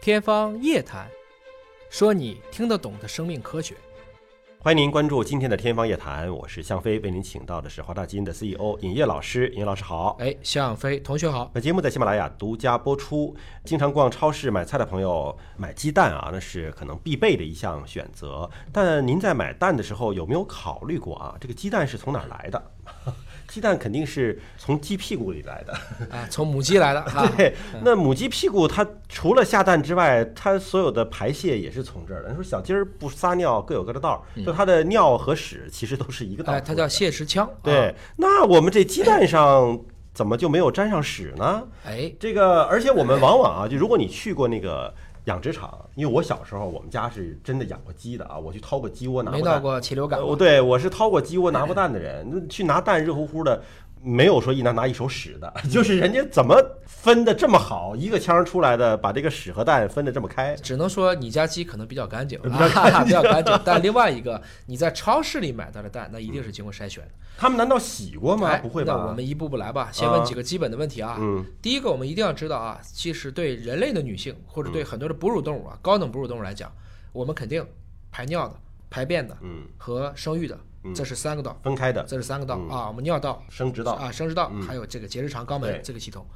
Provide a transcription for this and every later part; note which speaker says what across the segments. Speaker 1: 天方夜谭，说你听得懂的生命科学。
Speaker 2: 欢迎您关注今天的《天方夜谭》，我是向飞，为您请到的是华大基因的 CEO 尹烨老师。尹老师好。
Speaker 1: 哎，向飞同学好。
Speaker 2: 本节目在喜马拉雅独家播出。经常逛超市买菜的朋友，买鸡蛋啊，那是可能必备的一项选择。但您在买蛋的时候，有没有考虑过啊？这个鸡蛋是从哪儿来的？ 鸡蛋肯定是从鸡屁股 里来的。
Speaker 1: 啊，从母鸡来的啊哈。
Speaker 2: 对，那母鸡屁股它除了下蛋之外，它所有的排泄也是从这儿的。你说小鸡儿不撒尿各有各的道儿，就它的尿和屎其实都是一个道
Speaker 1: 嗯哎，
Speaker 2: 儿。
Speaker 1: 它叫蟹石腔。啊
Speaker 2: 对，那我们这鸡蛋上怎么就没有沾上屎呢？
Speaker 1: 哎，
Speaker 2: 这个，而且我们往往啊，就如果你去过那个养殖场，因为我小时候我们家是真的养过鸡的啊，我去掏过鸡窝拿
Speaker 1: 没
Speaker 2: 过
Speaker 1: 闹
Speaker 2: 蛋。
Speaker 1: 过禽流感
Speaker 2: 呃我
Speaker 1: 吗？
Speaker 2: 对我是掏过鸡窝拿过蛋的人， 那去拿蛋热乎乎的，没有说一拿拿一手屎的， 就是人家怎么分的这么好，一个腔出来的，把这个屎和蛋分的这么开。
Speaker 1: 只能说你家鸡可能比较 干净，啊， 比较干净。但另外一个，你在超市里买到的蛋，那一定是经过筛选的。
Speaker 2: 他们难道洗过吗？
Speaker 1: 哎
Speaker 2: 不会
Speaker 1: 那
Speaker 2: 吧？
Speaker 1: 我们一步步来吧，先问几个基本的问题啊。
Speaker 2: 嗯，
Speaker 1: 第一个，我们一定要知道啊，其实对人类的女性或
Speaker 2: 嗯
Speaker 1: 者对很多的哺乳动物啊，高等哺乳动物来讲，我们肯定排尿的、排便的
Speaker 2: 嗯
Speaker 1: 和生育的，这是三个道，
Speaker 2: 分开的
Speaker 1: 这是三个道啊。我们尿道、
Speaker 2: 生殖嗯道，嗯
Speaker 1: 啊、生殖道，还有这个结直肠肛门
Speaker 2: 对
Speaker 1: 这个系统。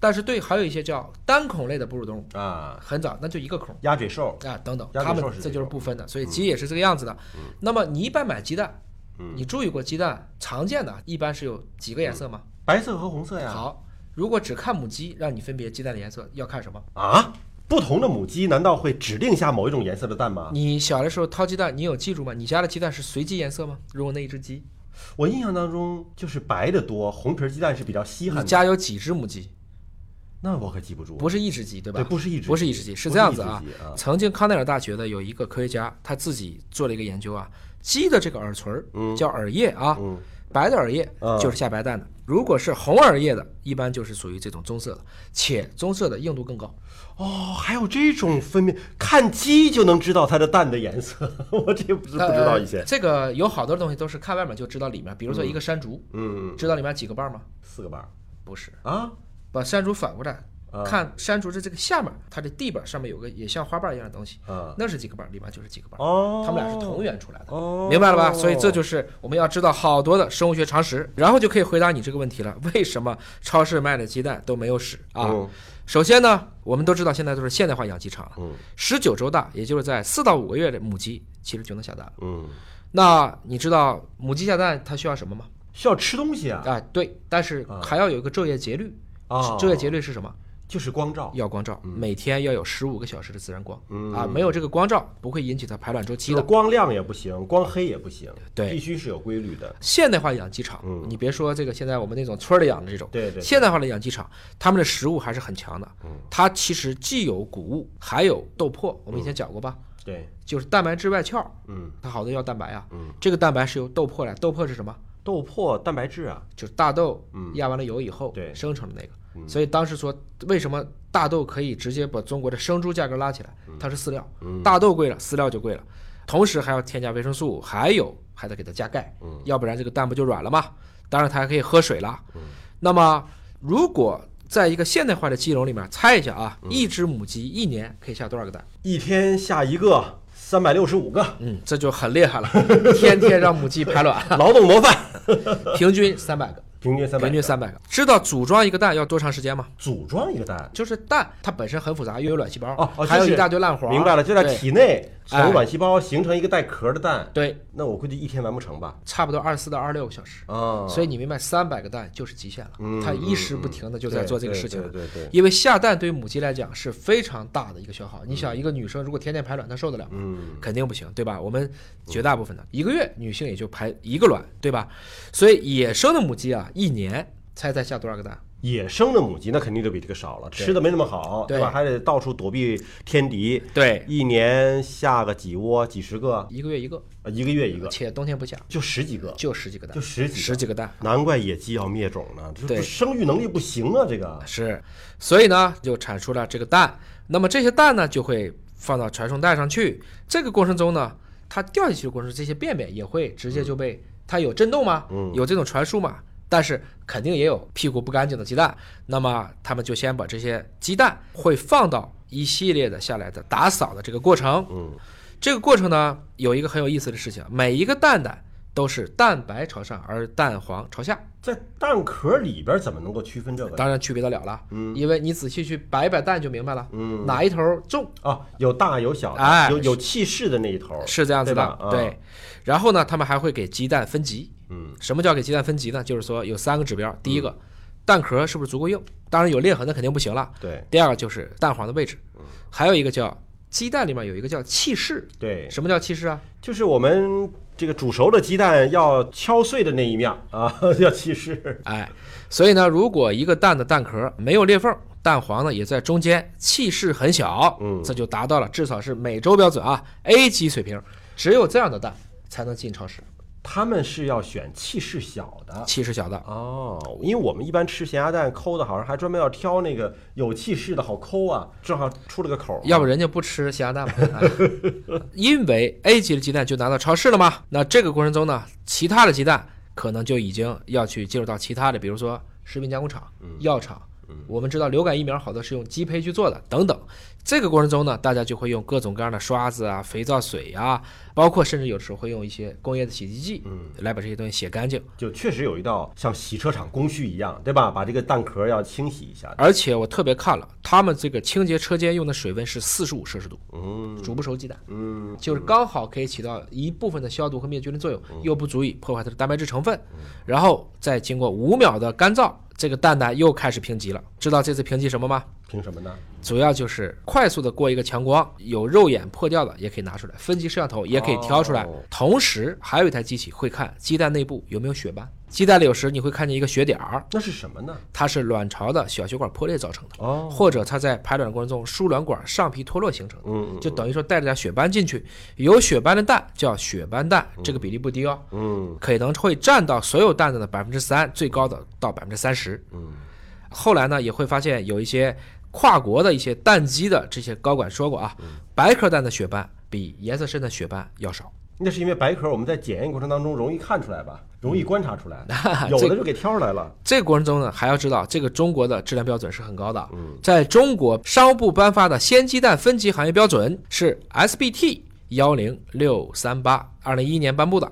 Speaker 1: 但是对还有一些叫单孔类的哺乳动物，
Speaker 2: 啊，
Speaker 1: 很早那就一个孔。
Speaker 2: 鸭嘴兽，
Speaker 1: 啊，等等，
Speaker 2: 鸭嘴
Speaker 1: 它们
Speaker 2: 兽是
Speaker 1: 这
Speaker 2: 这
Speaker 1: 就是
Speaker 2: 种
Speaker 1: 不分的，所以
Speaker 2: 嗯
Speaker 1: 鸡也是这个样子的。那么你一般买鸡蛋，
Speaker 2: 嗯
Speaker 1: 你注意过鸡蛋常见的一般是有几个颜色吗？
Speaker 2: 白色和红色呀。
Speaker 1: 好，如果只看母鸡，让你分别鸡蛋的颜色，要看什么？
Speaker 2: 啊，不同的母鸡难道会指定下某一种颜色的蛋吗？
Speaker 1: 你小的时候掏鸡蛋，你有记住吗？你家的鸡蛋是随机颜色吗？如果那一只鸡，
Speaker 2: 我印象当中就是白的多，红皮儿鸡蛋是比较稀
Speaker 1: 你
Speaker 2: 罕的。
Speaker 1: 家有几只母鸡？
Speaker 2: 那我可记不住。
Speaker 1: 不是一只鸡，对吧？
Speaker 2: 对不是一只
Speaker 1: 不是一只鸡，是这样子啊
Speaker 2: 不是一只鸡啊。
Speaker 1: 曾经康奈尔大学的有一个科学家，他自己做了一个研究啊，鸡的这个耳垂儿叫耳叶啊，
Speaker 2: 嗯
Speaker 1: 白的耳叶
Speaker 2: 嗯
Speaker 1: 就是下白蛋的，如果是红耳叶的，一般就是属于这种棕色的，且棕色的硬度更高。
Speaker 2: 哦，还有这种分辨，看鸡就能知道它的蛋的颜色， 我这不是不知道以前
Speaker 1: 呃。这个有好多东西都是看外面就知道里面，比如说一个山竹，
Speaker 2: 嗯，
Speaker 1: 知道里面几个瓣吗？
Speaker 2: 四个瓣儿
Speaker 1: 不是，
Speaker 2: 啊，
Speaker 1: 把山竹反过来
Speaker 2: 啊
Speaker 1: 看山竹的这个下面，它的地板上面有个也像花瓣一样的东西
Speaker 2: 啊，
Speaker 1: 那是几个瓣，里面就是几个瓣，
Speaker 2: 哦，
Speaker 1: 它们俩是同源出来的。
Speaker 2: 哦，
Speaker 1: 明白了吧？所以这就是我们要知道好多的生物学常识，然后就可以回答你这个问题了：为什么超市卖的鸡蛋都没有屎啊？
Speaker 2: 嗯
Speaker 1: 首先呢，我们都知道现在都是现代化养鸡场
Speaker 2: 嗯，
Speaker 1: 十九周大，也就是在四到五个月的母鸡其实就能下蛋了。
Speaker 2: 嗯，
Speaker 1: 那你知道母鸡下蛋它需要什么吗？
Speaker 2: 需要吃东西啊
Speaker 1: 啊，对，但是还要有一个昼夜节律。
Speaker 2: 啊，
Speaker 1: 昼夜节律是什么？
Speaker 2: 就是光照，
Speaker 1: 要光照，每天要有十五个小时的自然光、
Speaker 2: 哦嗯
Speaker 1: 啊，没有这个光照不会引起它排卵周期
Speaker 2: 就是
Speaker 1: 的。
Speaker 2: 光亮也不行，光黑也不行，
Speaker 1: 对
Speaker 2: 必须是有规律的。
Speaker 1: 现代化养鸡场，你别说这个现在我们那种村儿里养的这种，
Speaker 2: 嗯对对对嗯
Speaker 1: 现代化的养鸡场，他们的食物还是很强的。它其实既有谷物，还有豆粕，我们以前讲过吧，
Speaker 2: 对，
Speaker 1: 就是蛋白质外壳，
Speaker 2: 嗯，
Speaker 1: 它好多要蛋白啊。
Speaker 2: 嗯
Speaker 1: 这个蛋白是由豆粕来，豆粕是什么？
Speaker 2: 豆粕蛋白质啊，
Speaker 1: 就是大豆
Speaker 2: 嗯
Speaker 1: 压完了油以后
Speaker 2: 对嗯
Speaker 1: 生成的那个。所以当时说，为什么大豆可以直接把中国的生猪价格拉起来？
Speaker 2: 嗯
Speaker 1: 它是饲料，大豆贵了，饲料就贵了，同时还要添加维生素，还有还得给它加钙，
Speaker 2: 嗯
Speaker 1: 要不然这个蛋不就软了吗？当然它还可以喝水了。那么如果在一个现代化的鸡笼里面，猜一下啊，
Speaker 2: 嗯
Speaker 1: 一只母鸡一年可以下多少个蛋？
Speaker 2: 一天下一个，三百六十五 个，
Speaker 1: 嗯，这就很厉害 了，天天让母鸡排卵，
Speaker 2: 劳动模范，
Speaker 1: 平均三百个，
Speaker 2: 平均三百
Speaker 1: 平。均三百个。知道组装一个蛋要多长时间吗？
Speaker 2: 组装一个蛋，
Speaker 1: 就是蛋，它本身很复杂，又有卵细胞，
Speaker 2: 哦哦，
Speaker 1: 还有
Speaker 2: 就
Speaker 1: 一
Speaker 2: 是
Speaker 1: 大堆烂黄。
Speaker 2: 明白了，就在
Speaker 1: 对
Speaker 2: 体内
Speaker 1: 哎
Speaker 2: 从卵细胞形成一个带壳的蛋，
Speaker 1: 对，
Speaker 2: 那我估计一天完不成吧？
Speaker 1: 差不多二十四到二十六个小时。
Speaker 2: 啊，
Speaker 1: 所以你明白，三百个蛋就是极限了。
Speaker 2: 嗯
Speaker 1: 它一时不停的就在做这个事情了。
Speaker 2: 对对对对对
Speaker 1: 因为下蛋对于母鸡来讲是非常大的一个消耗。你想，一个女生如果天天排卵，她受得了吗？
Speaker 2: 嗯，
Speaker 1: 肯定不行，对吧？我们绝大部分的一个月女性也就排一个卵，对吧？所以野生的母鸡啊，一年猜猜下多少个蛋？
Speaker 2: 野生的母鸡那肯定就比这个少了，吃的没那么好，
Speaker 1: 对
Speaker 2: 对吧？还得到处躲避天敌，
Speaker 1: 对，
Speaker 2: 一年下个几窝，几十个，
Speaker 1: 一个月一个，
Speaker 2: 呃一个月一个，
Speaker 1: 且冬天不下，
Speaker 2: 就十几个，
Speaker 1: 就十几个蛋，
Speaker 2: 就十几个
Speaker 1: 十几个蛋。
Speaker 2: 难怪野鸡要灭种呢，这
Speaker 1: 对
Speaker 2: 这生育能力不行啊，这个
Speaker 1: 是，所以呢，就产出了这个蛋。那么这些蛋呢，就会放到传送带上去。这个过程中呢，它掉下去的过程中，这些便便也会直接就被、它有震动吗？有这种传输吗？但是肯定也有屁股不干净的鸡蛋，那么他们就先把这些鸡蛋会放到一系列的下来的打扫的这个过程。
Speaker 2: 嗯，
Speaker 1: 这个过程呢，有一个很有意思的事情，每一个蛋蛋都是蛋白朝上，而蛋黄朝下。
Speaker 2: 在蛋壳里边怎么能够区分这个呢？
Speaker 1: 当然区别得了了，因为你仔细去摆一摆蛋就明白了，
Speaker 2: 嗯
Speaker 1: 哪一头重
Speaker 2: 啊，有大有小的，
Speaker 1: 哎
Speaker 2: 有有气势的那一头，
Speaker 1: 是这样子
Speaker 2: 对
Speaker 1: 的
Speaker 2: 吧，啊
Speaker 1: 对。然后呢，他们还会给鸡蛋分级。
Speaker 2: 嗯，
Speaker 1: 什么叫给鸡蛋分级呢？就是说有三个指标，第一个，蛋壳是不是足够硬？当然有裂痕那肯定不行了。
Speaker 2: 对嗯
Speaker 1: 第二个就是蛋黄的位置，还有一个叫鸡蛋里面有一个叫气室。
Speaker 2: 对，
Speaker 1: 什么叫气室啊？
Speaker 2: 就是我们这个煮熟的鸡蛋要敲碎的那一面啊， 要气势，
Speaker 1: 哎，所以呢，如果一个蛋的蛋壳没有裂缝，蛋黄呢也在中间，气势很小，
Speaker 2: 嗯
Speaker 1: 这就达到了至少是美洲标准啊 A 级水平。只有这样的蛋才能进超市，
Speaker 2: 他们是要选气势小的。
Speaker 1: 气势小的。
Speaker 2: 哦，因为我们一般吃咸鸭蛋抠的，好像还专门要挑那个有气势的好抠啊，正好出了个口儿。啊
Speaker 1: 要不人家不吃咸鸭蛋嘛、 哎因为 A 级的鸡蛋就拿到超市了嘛。那这个过程中呢，其他的鸡蛋可能就已经要去进入到其他的，比如说食品加工厂、
Speaker 2: 嗯
Speaker 1: 药厂。我们知道流感疫苗好多是用鸡胚去做的，等等。这个过程中呢，大家就会用各种各样的刷子啊、肥皂水啊，包括甚至有时候会用一些工业的洗涤剂，
Speaker 2: 嗯，
Speaker 1: 来把这些东西洗干净。
Speaker 2: 就确实有一道像洗车场工序一样，对吧？把这个蛋壳要清洗一下。
Speaker 1: 而且我特别看了，他们这个清洁车间用的水温是四十五摄氏度，
Speaker 2: 嗯
Speaker 1: 煮不熟鸡蛋。
Speaker 2: 嗯，
Speaker 1: 就是刚好可以起到一部分的消毒和灭菌的作用，
Speaker 2: 嗯
Speaker 1: 又不足以破坏它的蛋白质成分。然后再经过五秒的干燥，这个蛋蛋又开始评级了。知道这次评级什么吗？
Speaker 2: 凭什么呢？
Speaker 1: 主要就是快速的过一个强光，有肉眼破掉的也可以拿出来，分级摄像头也可以挑出来。
Speaker 2: 哦
Speaker 1: 同时还有一台机器会看鸡蛋内部有没有血斑，鸡蛋里有时你会看见一个血点儿，
Speaker 2: 那是什么呢？
Speaker 1: 它是卵巢的小血管破裂造成的。
Speaker 2: 哦，
Speaker 1: 或者它在排卵过程中输卵管上皮脱落形成的，
Speaker 2: 嗯
Speaker 1: 就等于说带着点血斑进去，有血斑的蛋叫血斑蛋，这个比例不低哦，
Speaker 2: 嗯
Speaker 1: 可能会占到所有蛋的百分之三，最高的到百分之三十。
Speaker 2: 嗯，
Speaker 1: 后来呢，也会发现有一些跨国的一些蛋鸡的这些高管说过啊，
Speaker 2: 嗯
Speaker 1: 白壳蛋的血斑比颜色深的血斑要少。
Speaker 2: 那是因为白壳我们在检验过程当中容易看出来吧，容易观察出 来，有
Speaker 1: 啊这
Speaker 2: 的就给挑出来了。
Speaker 1: 这个过程中呢，还要知道这个中国的质量标准是很高的。在中国商务部颁发的鲜鸡蛋分级行业标准是 SBT 幺零六三八，二零一一年颁布的。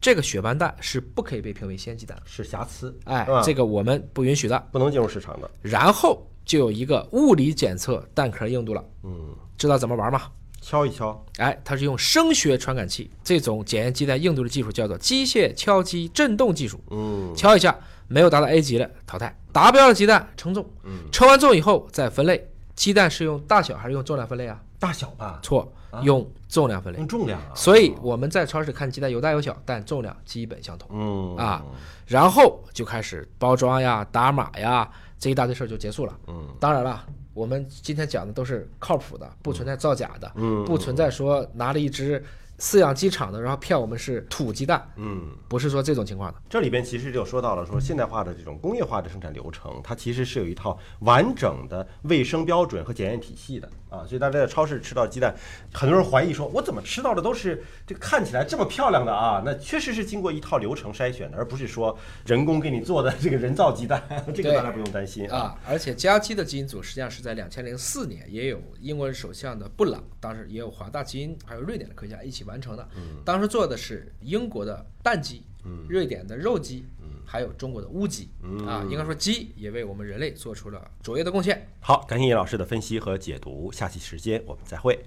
Speaker 1: 这个雪斑蛋是不可以被评为鲜鸡蛋的，
Speaker 2: 是瑕疵，
Speaker 1: 哎
Speaker 2: 是吧，
Speaker 1: 这个我们不允许的。
Speaker 2: 不能进入市场的。
Speaker 1: 然后就有一个物理检测蛋壳硬度了，
Speaker 2: 嗯，
Speaker 1: 知道怎么玩吗？
Speaker 2: 敲一敲，
Speaker 1: 哎，它是用声学传感器这种检验鸡蛋硬度的技术，叫做机械敲击振动技术。
Speaker 2: 嗯，
Speaker 1: 敲一下，没有达到 A 级的淘汰，达标的鸡蛋称重，
Speaker 2: 嗯
Speaker 1: 称完重以后再分类。鸡蛋是用大小还是用重量分类啊？
Speaker 2: 大小吧，
Speaker 1: 错，用重量分类。
Speaker 2: 用重量啊。
Speaker 1: 所以我们在超市看鸡蛋有大有小，但重量基本相同
Speaker 2: 嗯
Speaker 1: 啊。然后就开始包装呀、打码呀，这一大堆事儿就结束了。
Speaker 2: 嗯，
Speaker 1: 当然了。我们今天讲的都是靠谱的，不存在造假的，
Speaker 2: 嗯
Speaker 1: 不存在说拿了一只饲养鸡场的，然后骗我们是土鸡蛋，
Speaker 2: 嗯，
Speaker 1: 不是说这种情况的。
Speaker 2: 这里边其实就说到了，说现代化的这种工业化的生产流程，它其实是有一套完整的卫生标准和检验体系的啊。所以大家在超市吃到鸡蛋，很多人怀疑说，我怎么吃到的都是这个看起来这么漂亮的啊？ 那确实是经过一套流程筛选的，而不是说人工给你做的这个人造鸡蛋， 这个
Speaker 1: 对
Speaker 2: 大家不用担心啊。
Speaker 1: 啊，而且家鸡的基因组实际上是在两千零四年，也有英国首相的布朗，当时也有华大基因还有瑞典的科学家一起完成的。当时做的是英国的蛋鸡，瑞典的肉鸡，还有中国的乌鸡。啊，应该说鸡也为我们人类做出了卓越的贡献。
Speaker 2: 好，感谢叶老师的分析和解读，下期时间我们再会。